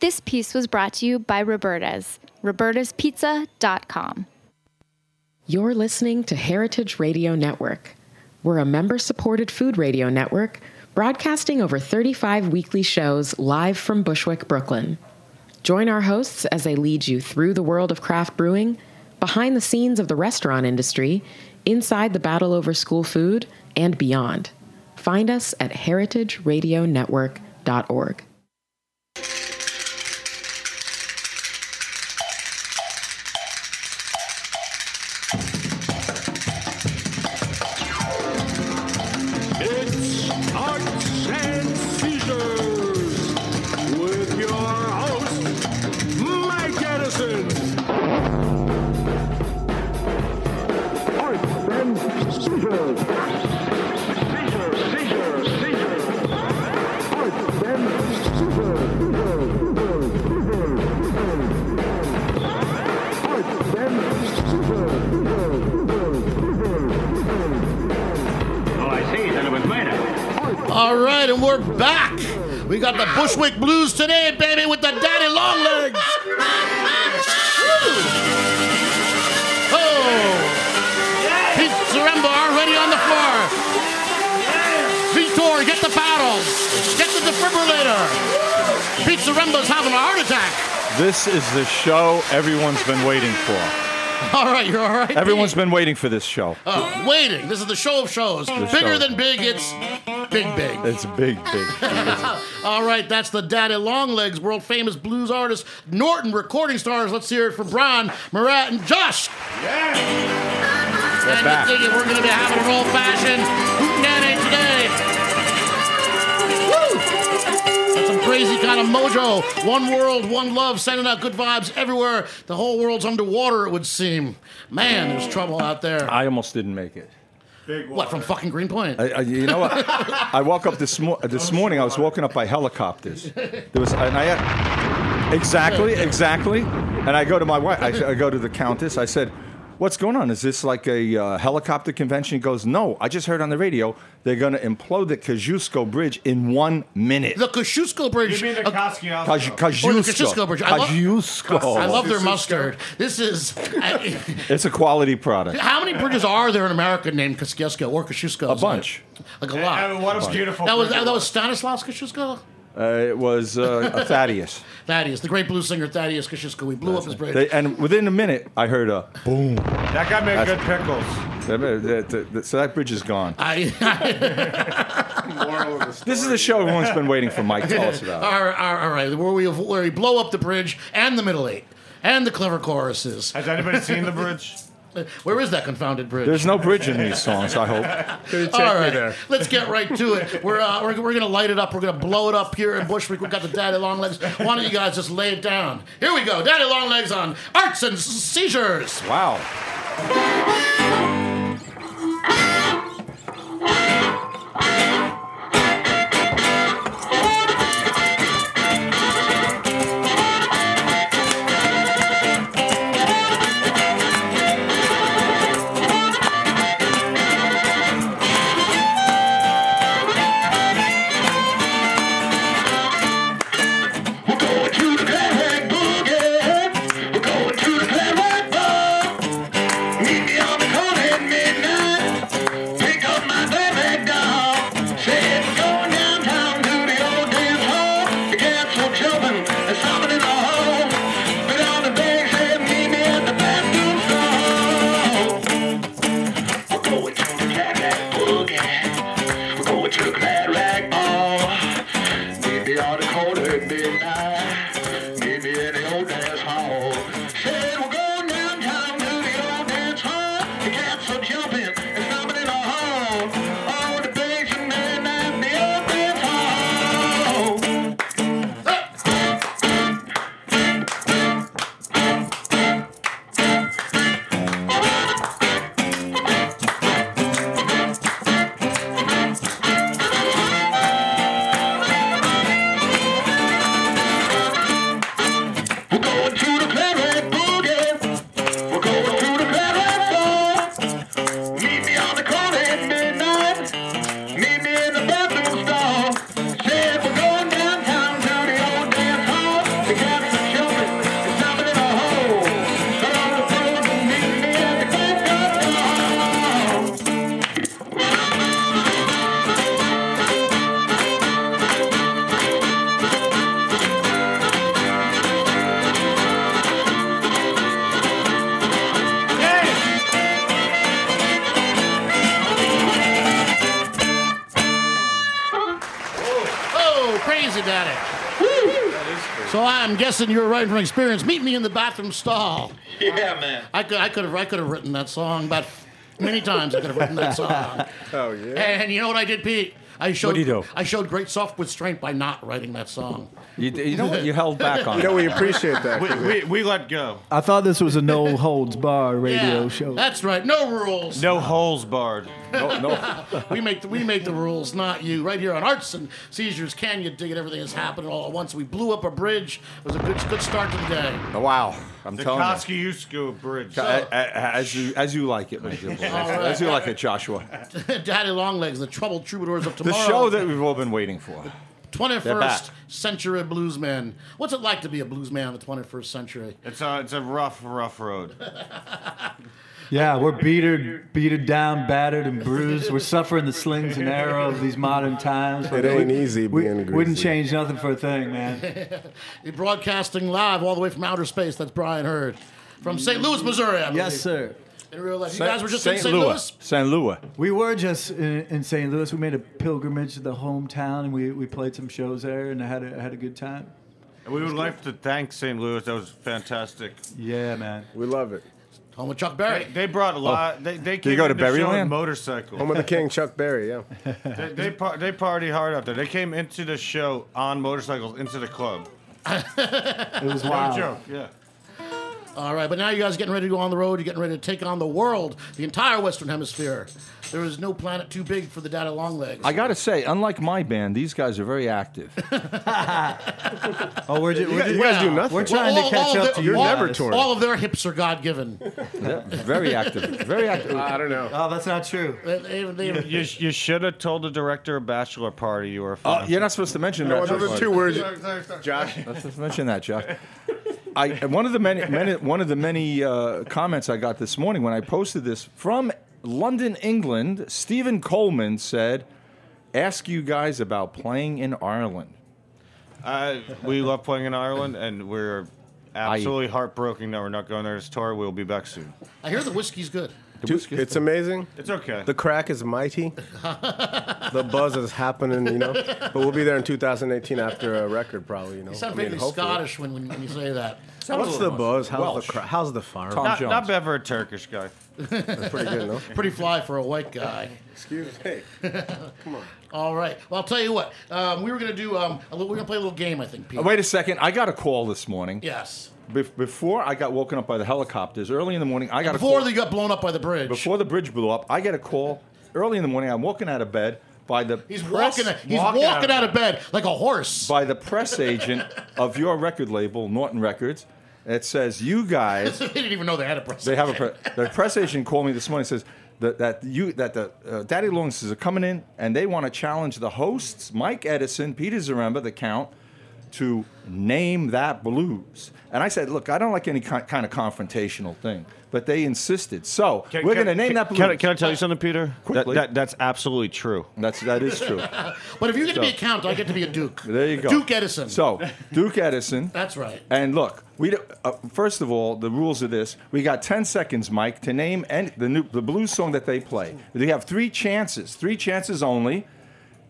This piece was brought to you by Roberta's, robertaspizza.com. You're listening to Heritage Radio Network. We're a member supported food radio network broadcasting over 35 weekly shows live from Bushwick, Brooklyn. Join our hosts as they lead you through the world of craft brewing, behind the scenes of the restaurant industry, inside the battle over school food, and beyond. Find us at heritageradionetwork.org. It's Arts and Seizures with your host, Mike Edison. Arts and Seizures. Seizures, seizures, seizures. Arts and Seizures. seizures, seizures, seizures. Arts and seizures, seizures, seizures, seizures. Oh, I see. Then it was murder. All right, and we're back. We got the Bushwick Blues today, baby, with the Daddy Long Legs. Oh, Pete Zaremba already on the floor. Vitor, get the paddles. Get the defibrillator. Pete Zaremba's having a heart attack. This is the show everyone's been waiting for. All right, you're all right. Everyone's been waiting for this show. Uh, waiting. This is the show of shows. Bigger show. than big, it's big, big. It's big, big. All right, that's the Daddy Longlegs, world famous blues artist, Norton recording stars. Let's hear it from Brian, Murat, and Josh. We're And back. we're thinking we're going to be having an old fashioned hootenanny today. Woo! That's some crazy kind of mojo. One world, one love, sending out good vibes everywhere. The whole world's underwater, it would seem. Man, there's trouble out there. I almost didn't make it. What, from fucking Greenpoint? I, I, you know what? I woke up this mo- this morning. I was walking up by helicopters. There was, and I had, exactly, exactly. And I go to my wife. I, I go to the countess. I said, "What's going on? Is this like a uh, helicopter convention?" He goes, "No. I just heard on the radio they're going to implode the Kosciuszko Bridge in one minute." The Kosciuszko Bridge. uh, Kaj- Or the Kosciuszko. Kosciuszko Bridge. I love- Kosciuszko. I love their mustard. This is. It's a quality product. How many bridges are there in America named Kosciuszko or Kosciuszko? A Isn't bunch. it? Like a lot. what a beautiful. That was, that was Stanislaus Kosciuszko? Uh, it was uh, a Thaddeus. Thaddeus, the great blues singer Thaddeus Kosciuszko. We blew up his bridge. They, and within a minute, I heard a boom. that guy made good pickles. That- that- that- that- so that bridge is gone. I, This is the show everyone's been waiting for. Mike, tell us about. all, right, all right, where we, where we blow up the bridge and the Middle Eight and the clever choruses. Has anybody seen the bridge? Where is that confounded bridge? There's no bridge in these songs. I hope. All right, let's get right to it. We're, uh, we're, we're going to light it up. We're going to blow it up here in Bushwick. We've got the Daddy Longlegs. Why don't you guys just lay it down? Here we go. Daddy Longlegs on Arts and Seizures. Wow. To Glad Rag Ball. Meet me on the corner at midnight. Meet me in the old dance hall. Said we're going downtown to the old dance hall. The cats are jumping and stomping in the hall. Oh, the bass and men at the old dance hall. Oh, So I'm guessing you're writing from experience. Meet me in the bathroom stall. Yeah, man. I could, I could have, I could have written that song, but many times I could have written that song. Oh yeah. And you know what I did, Pete? I showed, you do? I showed great self restraint by not writing that song. You, you know what? You held back on. You know, we appreciate that. We, we, we let go. I thought this was a no holds bar radio yeah, show. that's right. No rules. No holes barred. no, no. We make the, we make the rules, not you. Right here on Arts and Seizures, can you dig it? Everything is happening all at once. We blew up a bridge. It was a good good start to the day. Wow. I'm The telling you. Kosciuszko Bridge. A- a- As you, as you like it, my dear boy. As you like it, Joshua. Daddy Longlegs, the troubled troubadours of The tomorrow. show that we've all been waiting for. They're back. 21st century bluesman. What's it like to be a bluesman in the 21st century? It's a, it's a rough, rough road. Yeah, we're beatered, beatered down, battered, and bruised. We're suffering the slings and arrows of these modern times. It ain't easy We being a grizzly. wouldn't change nothing for a thing, man. You're broadcasting live all the way from outer space. That's Brian Hurd from St. Louis, Missouri. I Yes, believe, sir. In real life, you guys were just in St. Louis. Louis. St. Louis. We were just in, in St. Louis. We made a pilgrimage to the hometown, and we, we played some shows there, and I had a, I had a good time. We would like to thank St. Louis. That was fantastic. Yeah, man. We love it. Home with Chuck Berry. They, they brought a lot. They, they came Oh. go to into the show Berryland? on motorcycle. Home of the King, Chuck Berry. Yeah. They, they, par- they party hard out there. They came into the show on motorcycles into the club. It was No wild. joke. Yeah. All right, but now you guys are getting ready to go on the road. You're getting ready to take on the world, the entire Western Hemisphere. There is no planet too big for the Data Longlegs. I gotta say, unlike my band, these guys are very active. Oh, we're, ju- we're, ju- You guys do nothing. we're trying to all- catch all of up the- to you. all- guys. never touring. All of their hips are God given. Yeah, very active. Very active. I don't know. Oh, that's not true. You, sh- you should have told the director of bachelor party you were. Uh, from. you're not supposed to mention that. Those are the Josh. two words, Josh. Let's mention that, Josh. I and one of the many, many one of the many uh, comments I got this morning when I posted this from London, England. Stephen Coleman said, "Ask you guys about playing in Ireland." I, we love playing in Ireland, and we're absolutely heartbroken that we're not going there this tour. We'll be back soon. I hear the whiskey's good. It's amazing. It's okay. The crack is mighty. the buzz is happening, you know. But we'll be there in 2018 after a record, probably. You know. You sound I mean, vaguely hopefully. Scottish when, when, when you say that. What's the buzz? How's Welsh. the cra- how's the fire? Tom not, Jones. not ever a Turkish guy. Pretty good, no? Pretty fly for a white guy. Excuse me. All right. Well, I'll tell you what. Um, we were gonna do. Um, a little, we're gonna play a little game, I think. Pete. Wait a second. I got a call this morning. Yes. Bef- before I got woken up by the helicopters, early in the morning, I got a Before call. they got blown up by the bridge. before the bridge blew up, I get a call early in the morning. I'm walking out of bed by the he's press, walking. He's walking, walking out of out of bed like a horse. by the press agent of your record label, Norton Records. It says you guys they didn't even know they had a press. They have a pre- the press agent called me this morning and says that, that you that the uh, Daddy Longs are coming in and they want to challenge the hosts Mike Edison, Peter Zaremba, the Count, to name that blues. And I said, look, I don't like any ki- kind of confrontational thing, but they insisted. So Can- we're can- going to name can- that blues. Can, I- can I tell you something, Peter? That- Quickly. That, that's absolutely true. That's that is true. But if you get to be a So- count, I get to be a duke. There you go. Duke Edison. So Duke Edison. that's right. And look, we d- uh, first of all, the rules of this: we got ten seconds, Mike, to name and the new the blues song that they play. They have three chances, three chances only.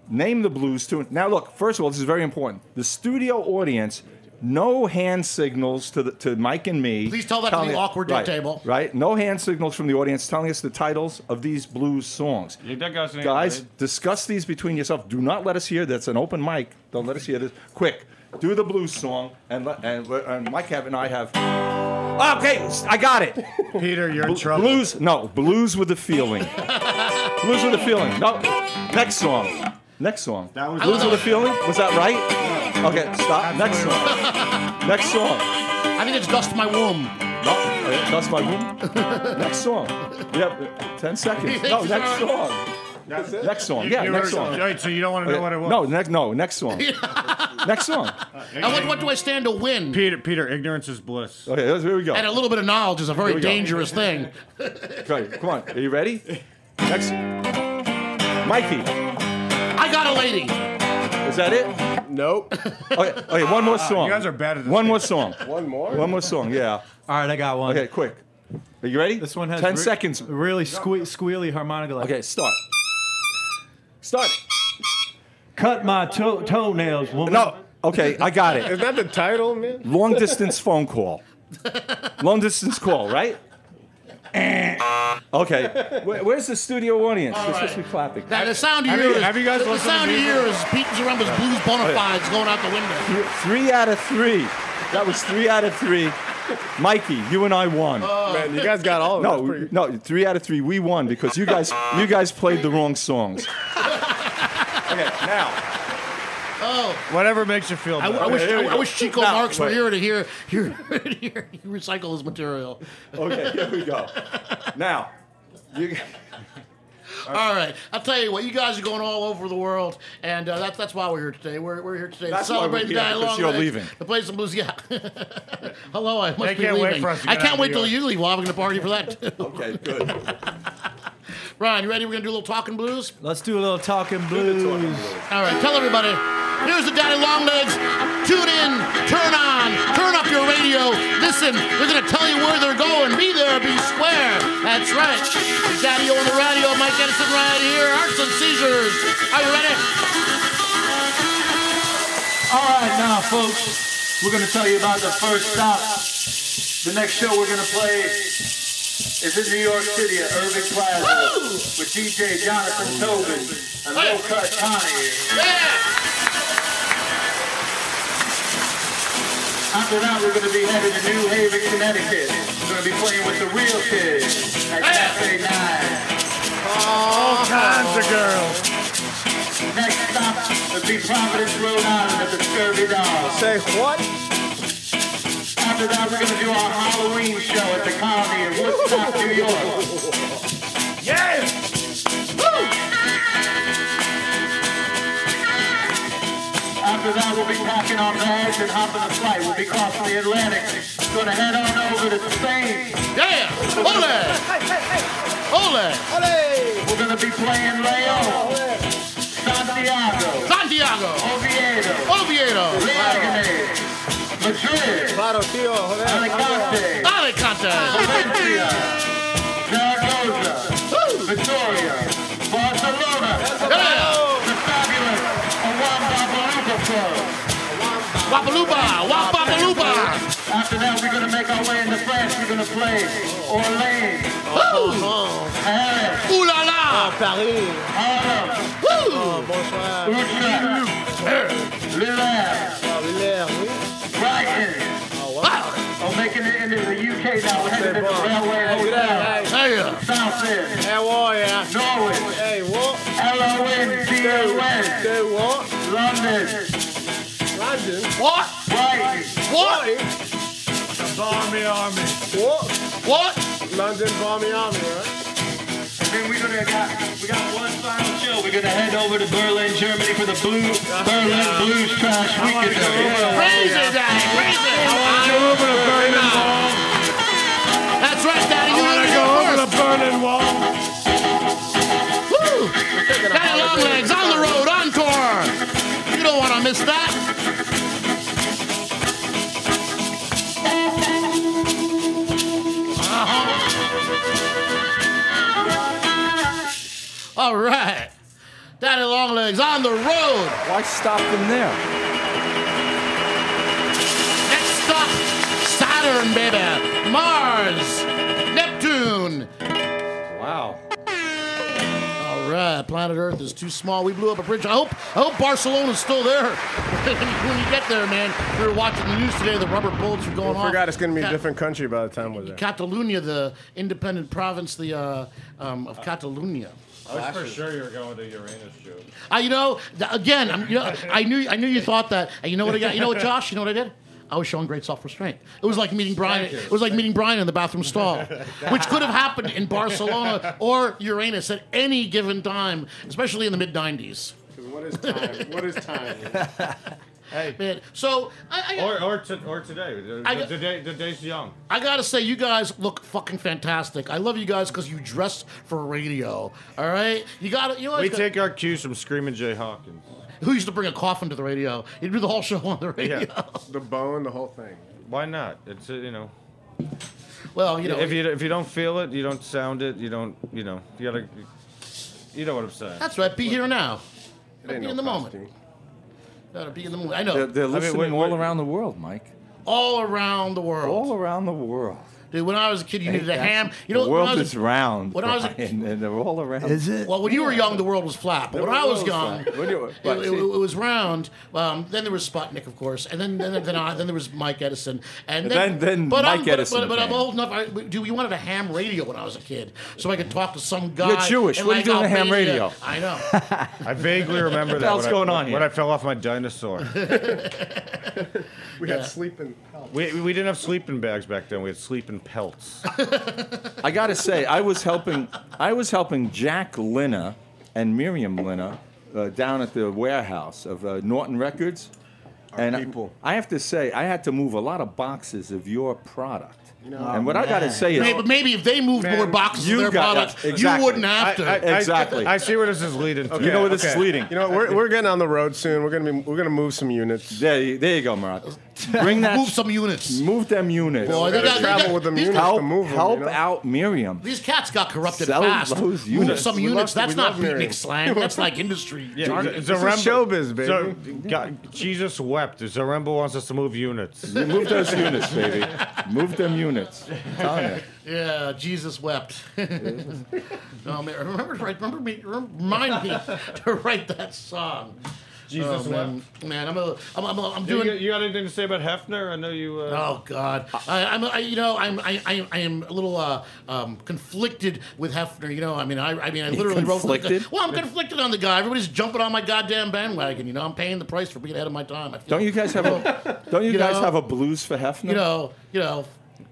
Name the blues tune. Now, look, first of all, this is very important. The studio audience, no hand signals to the, to Mike and me. Please tell that to telling the it- awkward right, table. Right, no hand signals from the audience telling us the titles of these blues songs. Yeah, that guy's an Guys, idiot. discuss these between yourself. Do not let us hear. That's an open mic. Don't let us hear this. Quick, do the blues song, and let, and, and Mike have and I have. Okay, I got it. Peter, you're in trouble. Blues, no, blues with a feeling. blues with a feeling. No, next song. Next song. That was- blues with a feeling. Was that right? Okay, stop. Next song. Next song. I think it's dust my womb. No, uh, that's my room. Next song. Yep, ten seconds. No, next song. Next song. Yeah, You next were- song. Eh, Right, so you don't want to know what it was. No, next no, next song. next song. And what, what do I stand to win? Peter, Peter, ignorance is bliss. Okay, let's- here we go. And a little bit of knowledge is a Here very we go. dangerous thing. Okay, come on. Are you ready? Next. Mikey, I got a lady. is that it? Nope. Okay, okay, one more song. Uh, guys are bad at this One more song. One more. One more song, yeah. All right, I got one. Okay, quick. Are you ready? This one has ten re- seconds. Really sque- squealy harmonica. Like, Okay, start. Start. Cut my toe- toenails, woman. No, Okay, I got it. Isn't that the title, man? Long distance phone call. Long distance call, right? Eh. okay. Where- where's the studio audience? They're supposed to be clapping. Now, the sound you Have hear you- is, have you guys the listened to sound you music? hear is Pete Zaremba's blues bona Oh, yeah. fides going out the window. Th- Three out of three. That was three out of three. Mikey, you and I won. Oh. Man, you guys got all of No, it. Oh, That's pretty- no, three out of three. We won because you guys, you guys played the wrong songs. okay, now Oh, Whatever makes you feel I, better. I wish Here I, we I go. wish Chico Now, Marx were wait. here to hear here, here he recycle his material. Okay, here we go. Now, you, All right, I'll tell you what. You guys are going all over the world, and uh, that's that's why we're here today. We're, we're here today That's to why we're celebrate the here, Daddy because Long you're Legs, leaving. To play some blues. Yeah. Hello, I must They be can't wait leaving. for us to I get out can't of wait New till York. you leave. We'll have a party for that. too. okay, good. Ryan, you ready? We're gonna do a little talking blues. Let's do a little talking blues. All right, tell everybody. Here's the Daddy Long Legs. Tune in, turn on, turn up your radio. Listen, they're gonna tell you where they're going. Be there, be square. That's right. Daddy on the radio, Mike Edison right here. Hearts and seizures. Are you ready? All right, now, folks, we're going to tell you about the first stop. The next show we're going to play is in New York City at Irving Plaza with DJ Jonathan Tobin and Hey. Low Cut Connie. Yeah. After that, we're going to be headed to New Haven, Connecticut. We're going to be playing with the real kids at Cafe 9. All kinds of girls. Next stop would be Providence, Rhode Island at the Scurvy Dog. Say what? After that, we're going to do our Halloween show at the Comedy in Woodstock, New York. Yes! After that, we'll be packing our bags and hopping a flight. We'll be crossing the Atlantic. Going to head on over to Spain. Yeah. Ole. Ole. We're going to be playing Leon, Santiago, Santiago. Oviedo, Oviedo. Leones, Madrid, Claro, tío, joder. Alicante, Alicante. Valencia, Zaragoza, Victoria, Barcelona, Yeah. the fabulous Awamba Baluba Club. Wapaluba. Wapaluba. After that, we're going to make our way into France. We're going to play Orleans, Paris, Ooh la la. Harlem, Woo. Utrecht, Lille, Brighton. Wow. We're making it into the UK now. We're headed to the railway hotel. Yeah. South End, How are ya? Norwich, Hey, what? L-O-N-D-O-N, Say what? London, London? What? Brighton, What? The Barmy Army. What? What? London Barmy Army, right? and then we're gonna got, we got one final show. We're gonna head over to Berlin, Germany for the Blue Berlin Blues Trash Weekend. Crazy daddy. Crazy. Over the Berlin Wall. That's right, daddy. You Wanna go over heard it the Berlin Wall? here first. Woo. Daddy long legs on the road on tour. You don't want to miss that. Uh-huh. All right. Daddy long legs on the road. Why stop them there? Next stop, Saturn, baby. Mars, Neptune. Wow. All right, planet Earth is too small. We blew up a bridge. I hope, I hope Barcelona's still there when you get there, man. We were watching the news today. The rubber bullets are going I off. forgot it's going to be a Cat- different country by the time we're there. Catalunya, the independent province, the uh, um, of Catalunya. I was for sure you were going to Uranus joke. I, you know, th- again, I'm, you know, I knew, I knew you thought that. And you know what I got? You know what, Josh? You know what I did? I was showing great self-restraint. It was like meeting Brian. Thank you. It was like meeting Brian in the bathroom stall, which could have happened in Barcelona or Uranus at any given time, especially in the mid '90s. What is time? What is time? Man, so I, I, Or or, to, or today. I- The, the, day, the day's young. I gotta say, you guys look fucking fantastic. I love you guys because you dressed for radio. All right, you got to You know, We what? take our cues from Screaming Jay Hawkins. who used to bring a coffin to the radio? You'd do the whole show on the radio. Yeah. The bone, the whole thing. Why not? It's uh, you know. Well, you know, if you if you don't feel it, you don't sound it, you don't you know you gotta you know what I'm saying. that's right. Be here now. It ain't Be no in the moment. costume. Gotta be in the mood. I know. They're, they're I mean, listening wait, all around the world, Mike. all around the world. All around the world. Dude, when I was a kid, you Hey, needed a that's- ham. You know, the when I world was a- is round. when I was a- Brian, and they're all around. Well, when you were young, the world was flat. But The when I world was was young, flat. When you were- it, right, it- see. it was round. Um, then there was Sputnik, of course, and then then then, I, then there was Mike Edison, and then Then- then but Mike I'm, Edison But, but, but I'm came. old enough. I, dude, we wanted a ham radio when I was a kid, so I could talk to some guy. Jewish. in, What are you like, doing on a ham Albania. radio? I know. I vaguely remember What the that. hell's when I- going on here? When I fell off my dinosaur. We Yeah. had sleeping. Help. we, we didn't have sleeping bags back then. We had sleeping pelts. I gotta say, I was helping. I was helping Jack Lina and Miriam Lina uh, down at the warehouse of uh, Norton Records. and people. I, have to say, I had to move a lot of boxes of your product. oh, and what I gotta say is, Hey, but maybe if they moved more boxes you of their got- products, exactly. you wouldn't have to. I- I- Exactly. I, see where this is leading to. you know where this is Okay. leading. You know, we're, we're getting on the road soon. We're gonna be we're gonna move some units. there, you, there you go, Marat. Bring that. move some units. move them units. Boy, they Gotta got, they travel got- with them these, units help to move 'em, help you know? out Miriam. these cats got corrupted Sell fast. those Move units. some We units. love- That's we not love Miriam. beatnik slang. That's like industry. Yeah, Darn Z- it, this is Zaremba- showbiz, baby. Zar- God, Jesus wept. Zaremba wants us to move units. You move those units, baby. Move them units. I'm telling you. Yeah, Jesus wept. no, man, remember, to write- remember me, remind me to write that song. Jesus Oh, man, man, I'm a, I'm, I'm, I'm You, doing. got anything to say about Hefner? I know you. Uh, Oh God, I, I'm, I, you know, I'm, I, I, I am a little uh, um, conflicted with Hefner. You know, I mean, I, I mean, I literally wrote. conflicted? The, well, I'm conflicted on the guy. Everybody's jumping on my goddamn bandwagon. You know, I'm paying the price for being ahead of my time. I feel- Don't you guys have a Don't you, You guys know- have a blues for Hefner? you know, you know.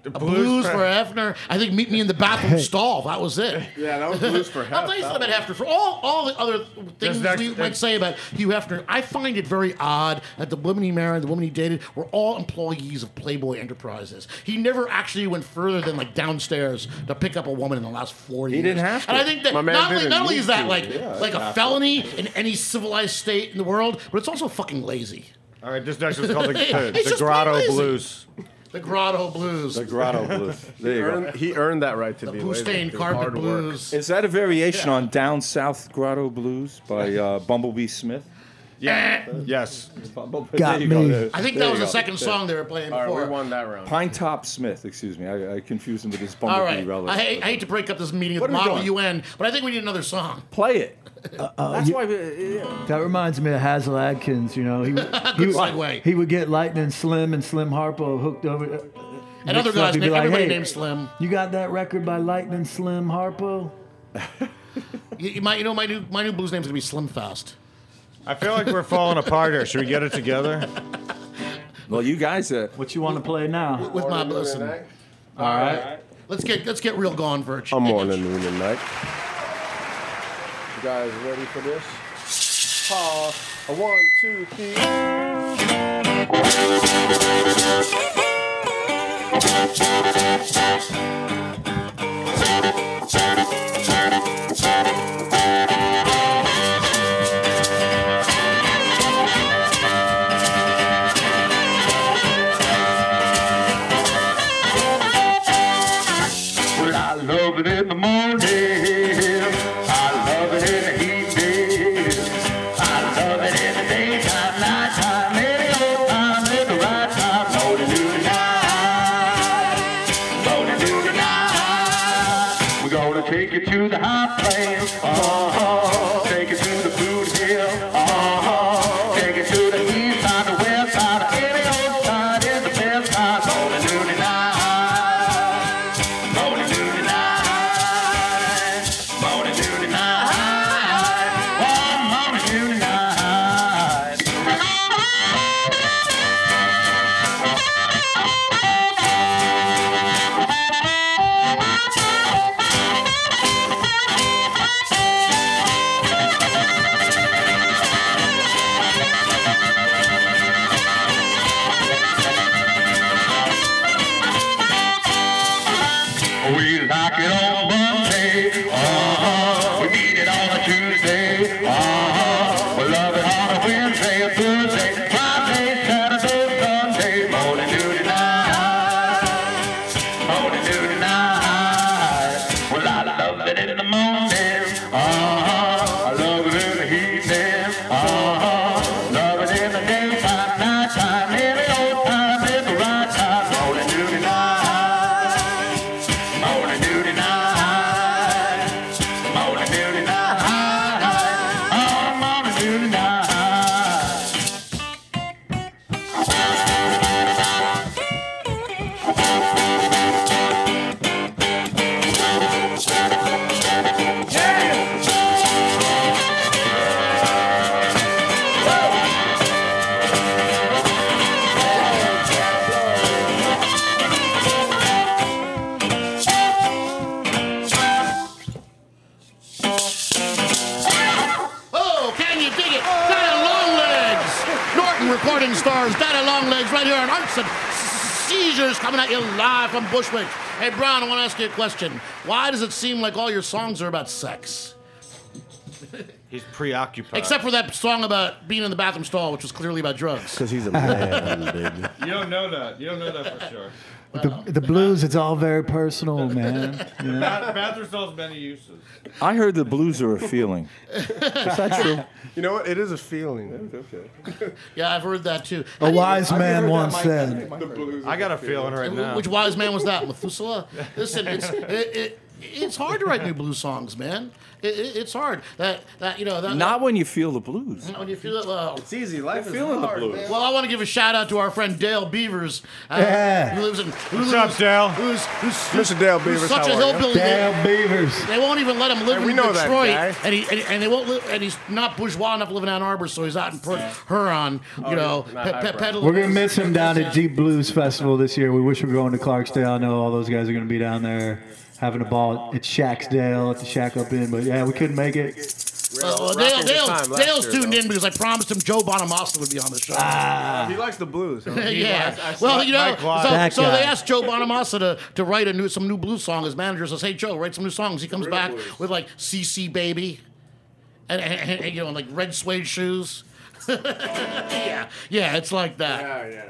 A blues, blues for- for Hefner. I think meet me in the bathroom stall. That was it. Yeah, that was blues for I'll half. tell you something about Hefner. For all, all the other things This next- we might say about Hugh Hefner, I find it very odd that the women he married, the women he dated, were all employees of Playboy Enterprises. He never actually went further than like downstairs to pick up a woman in the last four years. didn't have to. And I think that My man not only, didn't not only need is that to. like Yeah, like a felony in any civilized state in the world, but it's also fucking lazy. All right, this next one's called the, the, It's the just Grotto lazy. Blues. The Grotto Blues, The grotto blues. There He you go. earned, he earned that right to the be blue lazy stained through carpet hard work. blues. Is that a variation on Down South Grotto Blues by uh, Bumblebee Smith? Yes. Bumblebee, Got there you go. me. There- I think that there you was the go. second There. song they were playing All before. right, we won that round. Pine Top Smith, excuse me. I, I confused him with this Bumblebee All right. relative. I hate, I hate to break up this meeting What with are we Model doing? UN, but I think we need another song. Play it. That's you- why. We, yeah. That reminds me of Hazel Adkins. You know, he would- he, would- segue. he would get Lightning Slim and Slim Harpo hooked over. uh, And And other guys, name, everybody named Slim. You got that record by Lightning Slim Harpo? You, you might, you know, my new my new blues name's gonna be Slim Fast. I feel like we're falling apart here. Should we get it together? Well, you guys are. What you want to play now? With my Morning, noon, listen, and night. All right. let's get let's get real going, Virch. I'm on a noon and night. You guys ready for this? Pause. A one, two, three. Well, I love it in the morning. I love it in the evening. I love it in the daytime, nighttime, any old time, at the right time. Morning, noon, and night. Morning, noon, and night. We're gonna take you to the high plains. Uh-huh. Take you to the boot hill. Uh-huh. Take you to the east side, the west side, any old side is the best side. Morning, noon, and night. Morning, noon, and night. Morning, noon, and night. Oh, morning, noon, and night. We like it on Monday. Uh-huh. We need it on a Tuesday. Uh-huh. We love it on a Wednesday, a Thursday, Friday, Saturday, Sunday. Morning, noon, and night. Morning, noon, and night. Well, I love it in the morning. Uh-huh. I love it in the evening. Uh-huh. Love it in the day. Oh, hearts and s- seizures coming at you live from Bushwick. Hey, Brown, I want to ask you a question. Why does it seem like all your songs are about sex? He's preoccupied. Except for that song about being in the bathroom stall, which was clearly about drugs. Because he's a man, baby. you don't know that. You don't know that for sure. The, the blues, it's all very personal, man. You know? Bath- bathroom stalls many uses. I heard the blues are a feeling. Is that true? You know what? It is a feeling. Okay. Yeah, I've heard that too. A wise man once said, I got a feeling right now. Which wise man was that? Methuselah? Listen, it's, it, it, it's hard to write new blues songs, man. It, it, it's hard. That, that, you know, that, Not when you feel the blues. When you feel it, well, it's easy. Life is feeling the hard, blues. man. Well, I want to give a shout out to our friend Dale Beavers, uh, Yeah. who lives in. Who What's lives, up, Dale? Who's, who's, Mr. Dale who's Beavers, such how are a you? hillbilly. Dale that- Beavers. They won't even let him live Hey, in we know that Detroit, guy. and he and, and they won't. Li- and he's not bourgeois enough to live in Ann Arbor, so he's out in Port Huron. Oh, You know, pe- pe- peddling. We're gonna miss him down at Deep Blues Festival this year. We wish we were going to Clarksdale. I know all those guys are gonna be down there having a ball at Shacksdale at the Shack Up Inn, but yeah, we couldn't make it. Uh, well, Rock Dale, was a Dale, time last Dale's year, tuned though. in because I promised him Joe Bonamassa would be on the show. Ah, He likes the blues. huh? yeah. He likes- I well, like you know, Mike Watt. so, That so they guy. asked Joe Bonamassa to, to write a new some new blues song. His manager says, "Hey, Joe, write some new songs." He comes back with like "CC Baby," and, and, and, and, you know, like red suede shoes. yeah, yeah, it's like that.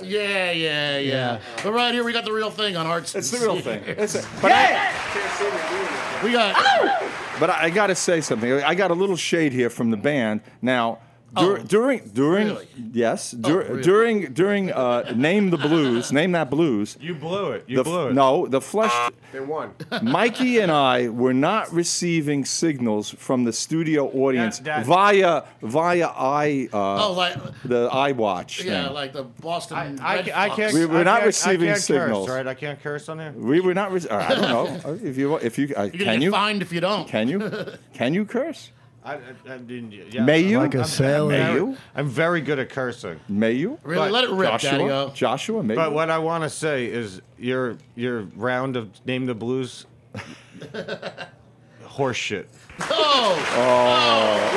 Yeah, yeah, yeah. Yeah. But right here, we got the real thing on Hearts. It's the real thing. It's a, but we got. But I, I got to say something. I got a little shade here from the band. Now, Oh. dur- during during yes, dur- during during uh, name the blues, name that blues. You blew it. You the f- blew it. Ah. No, the flesh. They won. Mikey and I were not receiving signals from the studio audience That- that- via via i uh, Oh, like- the iWatch. Yeah, thing. like the Boston. I, Red I can't. Fox. We- we're I not can't- receiving I can't signals. Curse, right? I can't curse on here. we were not. Re- I don't know if you if you uh, You're gonna can get you fined if you don't. can you can you curse I, I, I didn't. Yeah, May you? I'm- Like a I'm- sailor. I'm- May you? I'm very good at cursing. may you Really? Let it rip, Joshua Daddy-o. Joshua may But you? what I want to say is your your round of name the blues horseshit. Oh, Oh,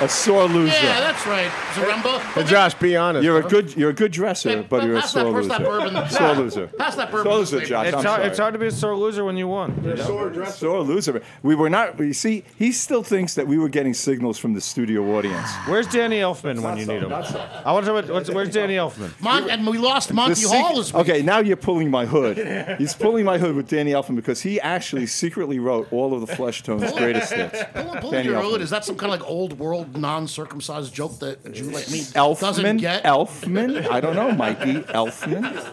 oh. a sore loser. Yeah, that's right. Zaremba. Josh, be honest. You're a good, you're a good dresser, but you're a pass that- sore pass loser. that bourbon. Sore loser. Pass that bourbon. Sore loser, Josh. it's, I'm hard, sorry. it's hard to be a sore loser when you won. sore dresser. Sore loser. We were not. You see, he still thinks that we were getting signals from the studio audience. Where's Danny Elfman when you so, need him? not so. I want to talk about what's, where's Danny Elfman. Mon- and we lost Monty The sec- Hall this week. Okay, now you're pulling my hood. He's pulling my hood with Danny Elfman because he actually secretly wrote all of the Flesh Tones' greatest hits. Pull, pull Danny your Elfman. hood. Is that some kind of like old world non circumcised joke that a Jew like me doesn't Elfman? get? Elfman? I don't know, Mikey. Elfman?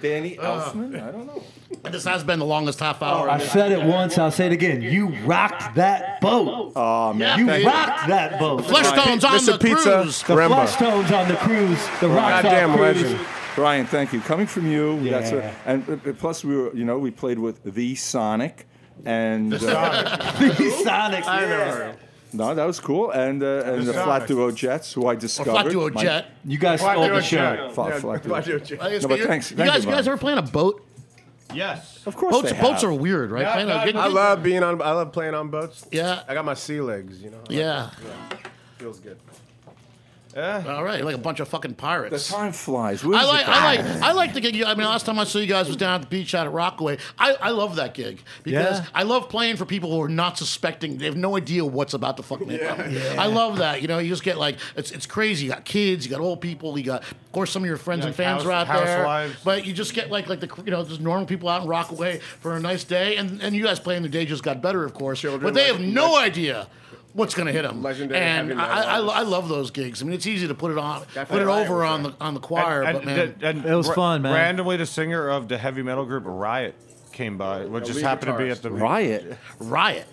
Danny Uh, Elfman? I don't know. This has been the longest half Oh, hour. I said it once, I'll say it again. You rocked that boat. Oh man. you Thank you. rocked that boat. Fleshstones on Mr. the Pizza, cruise. The Remember. Fleshstones on the cruise. The rock Goddamn cruise. legend. Brian, thank you. Coming from you, that's Yeah. a, and uh, plus we were, you know, we played with the Sonic, and uh, Sonic. I never heard no, that was cool, and uh, and The the, Flat Sonics. Duo Jets, who I discovered. Duo my- Jet. You guys Flat stole Duo the Jet. show. Fla- Flat Duo Jet. I guess No, but you're- thanks- you thank you, guys, you guys Brian. ever playing a boat? Yes. Of course boats, they boats have. are weird, right? Playing a- I love being on. I love playing on boats. Yeah. I got my sea legs. You know. I like Yeah. it. Feels good. All right, like a bunch of fucking The pirates. time flies. Where's I the like, I time? like, I like the gig. I mean, last time I saw you guys was down at the beach out at Rockaway. I, I love that gig because Yeah. I love playing for people who are not suspecting. They have no idea what's about to fucking happen. I love that. You know, you just get like, it's it's crazy. You got kids, you got old people, you got, of course, some of your friends Yeah, and fans house- are out there. housewives. But you just get like, like the you know, just normal people out in Rockaway for a nice day, and and you guys playing the day just got better, of course. but they like- have no idea. What's gonna hit them? Legendary and heavy I, I, metal. I love those gigs. I mean, it's easy to put it on, Definitely put it Riot over was on the on the choir. And- but and- man, and- and It was ra- fun, man. Randomly, the singer of the heavy metal group Riot came by, which just lead happened to be at the Riot. riot.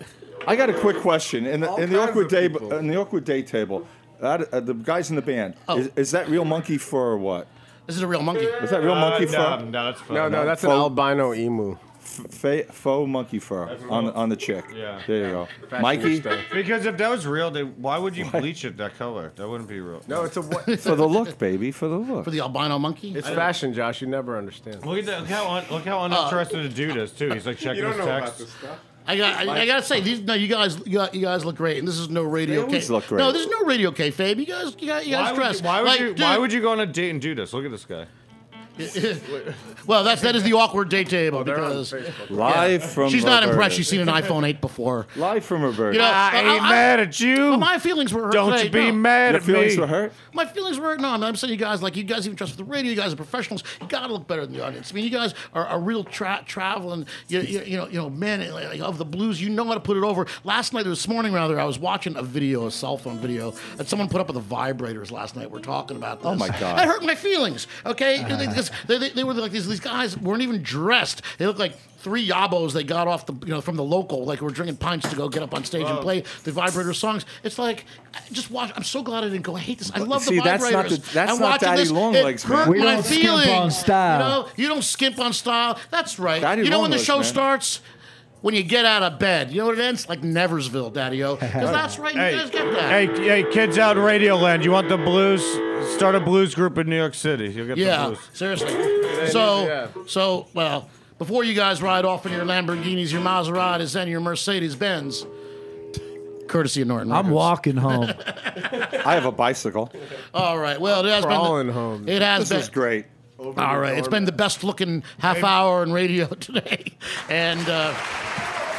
I got a quick question. In the, in the kinds awkward of day, people. in the awkward day table, that, uh, the guys in the band, Oh. is, is that real monkey fur or what? This is a real monkey. Is that real monkey fur? Uh, No, no, that's fun. Uh, No, no, that's an Faux- albino emu. Fa- faux monkey fur on the, on the chick. Yeah. There you go. Mikey, Because if that was real, they, why would you bleach it that color? That wouldn't be real. No, it's a what? It's for the look, baby, for the look. For the albino monkey? fashion, Josh. You never understand. Look at that. Look how, un, look how uninterested the dude is too. He's like checking his text. stuff. I got. I, I gotta say, these. No, you guys. You guys, you guys look great, and this is no radio. always ca- look great. No, this is no radio kayfabe. You guys. You guys, you guys why dress. Would you, why, would like, you, dude, why would you go on a date and do this? Look at this guy. well, that's that is the awkward date table because Live from she's not Roberta's. impressed. She's seen an iPhone 8 before. Live from her bird. You know, I ain't mad at you. my feelings were hurt. Don't today, you be no. mad Your at feelings me. were hurt? My feelings were hurt. No, I mean, I'm saying you guys like you guys even trust with the radio. You guys are professionals. You gotta look better than the audience. I mean, you guys are, are real tra- traveling. You, you, you know, you know, men like, of the blues. You know how to put it over. Last night, or this morning rather, I was watching a video, a cell phone video that someone put up with the vibrators last night. We're talking about this. Oh, my God. That hurt my feelings. Okay, because they, they, they were like these these guys weren't even dressed. They looked like. Three yabos they got off the you know from the local like were drinking pints to go get up on stage and Oh. play the vibrator songs. It's like I just watch. I'm so glad I didn't go. I hate this. I But love see, the vibrators. that's not the- that's I'm not watching Daddy this. Longlegs, it man. hurt We my don't skimp feelings. on style. You know, you don't skimp on style. That's right. Daddy you know when the Longlegs, show man. starts. When you get out of bed, you know what it ends like Neversville, Daddy-O. Because that's right, you Hey, guys get that. Hey, hey, kids out in Radio Land, you want the blues? Start a blues group in New York City. You'll get the Yeah, blues. seriously. Yeah, So, yeah. so well, before you guys ride off in your Lamborghinis, your Maseratis, and your Mercedes Benz, courtesy of Norton. I'm walking home. I have a bicycle. All right. Well, it has Crawling been the- home. It has This been is great. Over All the right, it's been the best looking half Maybe. hour in radio today, and uh,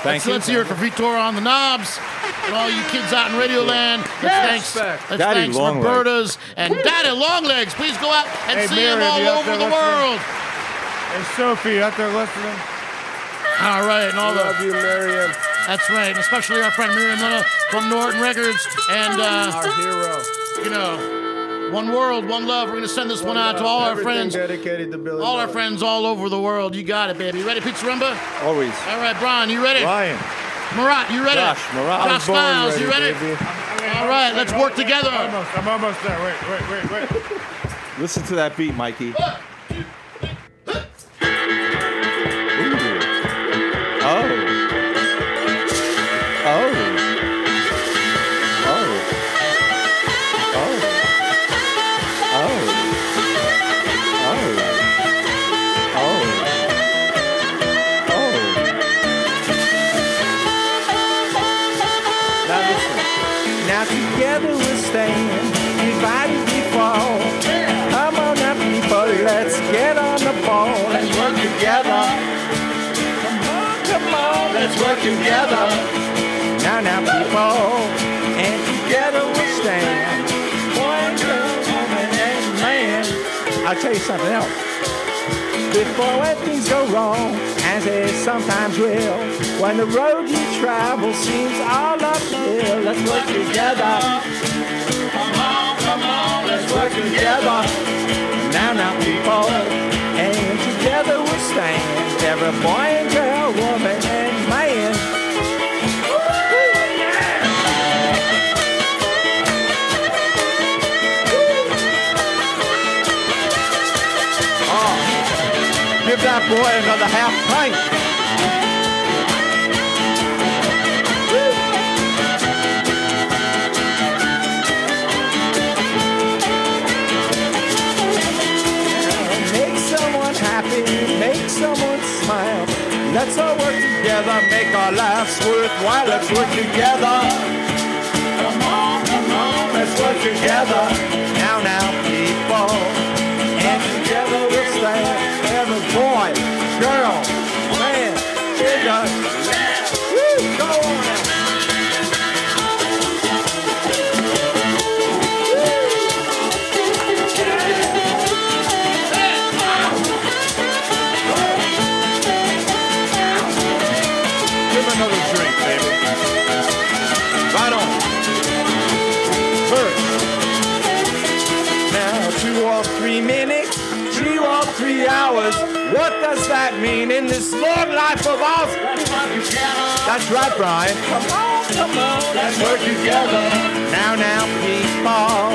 let's, you. let's hear it for Vitor on the knobs. And all you kids out in Radio Land, let's Yes! thanks, let's Daddy thanks Longlegs. Roberta's and Daddy Longlegs. Please go out and Hey, see Miriam, him all you out over there the listening? world. Hey, Sophie, you out there listening? All right, and all Love the, you, Miriam. That's right, and especially our friend Miriam Luna from Norton Records and uh, our hero. You know, one world, one love. We're gonna send this one, out to all our Everything friends, dedicated to Billy all our Bob. friends all over the world. You got it, baby. You ready, Pizza Rumba? Always. All right, Brian, you ready? Ryan. Marat, you ready? Josh, Marat. Josh Miles, you ready? All right, let's work together. Almost, I'm almost there. Wait, wait, wait, wait. Listen to that beat, Mikey. Ooh. Oh. Oh. Oh. Now listen. Now together we'll stand, divided we fall. Come on now, people, let's get on the phone. Let's work together. Come on, come on, let's work together. Now, now, people, and together we'll stand. One girl, woman, and man. I'll tell you something else. Before when things go wrong, as they sometimes will, when the road you travel seems all uphill, let's work together. Come on, come on, let's work together. Now, now, people, and together we stand. Every boy and girl, woman and man. Woo, yeah. Oh, give that boy another half pint. Woo. Make someone happy, make someone smile. Let's all work together, make our lives worthwhile. Let's work together. Come on, come on, let's work together. Now, now, people. And together we'll stand. Every boy, girl, man, children. Woo, go on now. Give him another drink, baby. Right on. First. Now two or three minutes, two or three hours. What does that mean in this long life of ours? That's right, Brian. Come on, come on, let's work together. Now, now, people.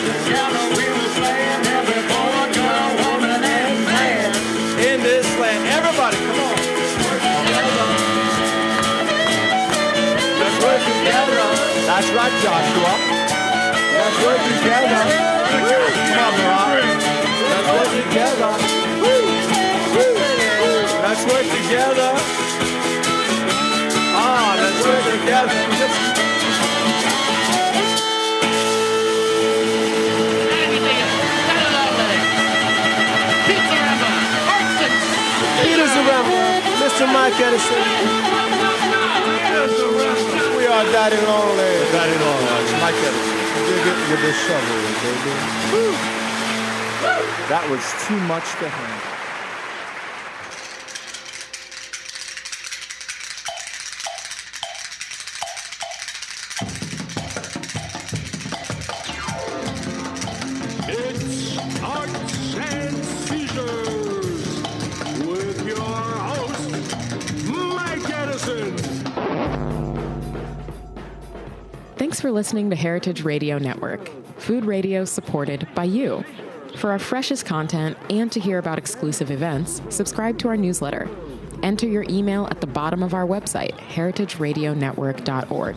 Together we will stand every boy, girl, woman, and man. In this land, everybody, come on. Let's work together. That's right, Joshua. Let's work together. Woo. Come on, Barack. Let's work together. Woo. Woo. Let's work together. Ah, Peter's a rebel. Mr. Mike Edison. We are Daddy Long Legs. Daddy Long Legs. Mike Edison. Dig it with the shovel, baby. That was too much to handle. It's Arts and Seizures with your host, Mike Edison. Thanks for listening to Heritage Radio Network, food radio supported by you. For our freshest content and to hear about exclusive events, subscribe to our newsletter. Enter your email at the bottom of our website, heritageradionetwork.org.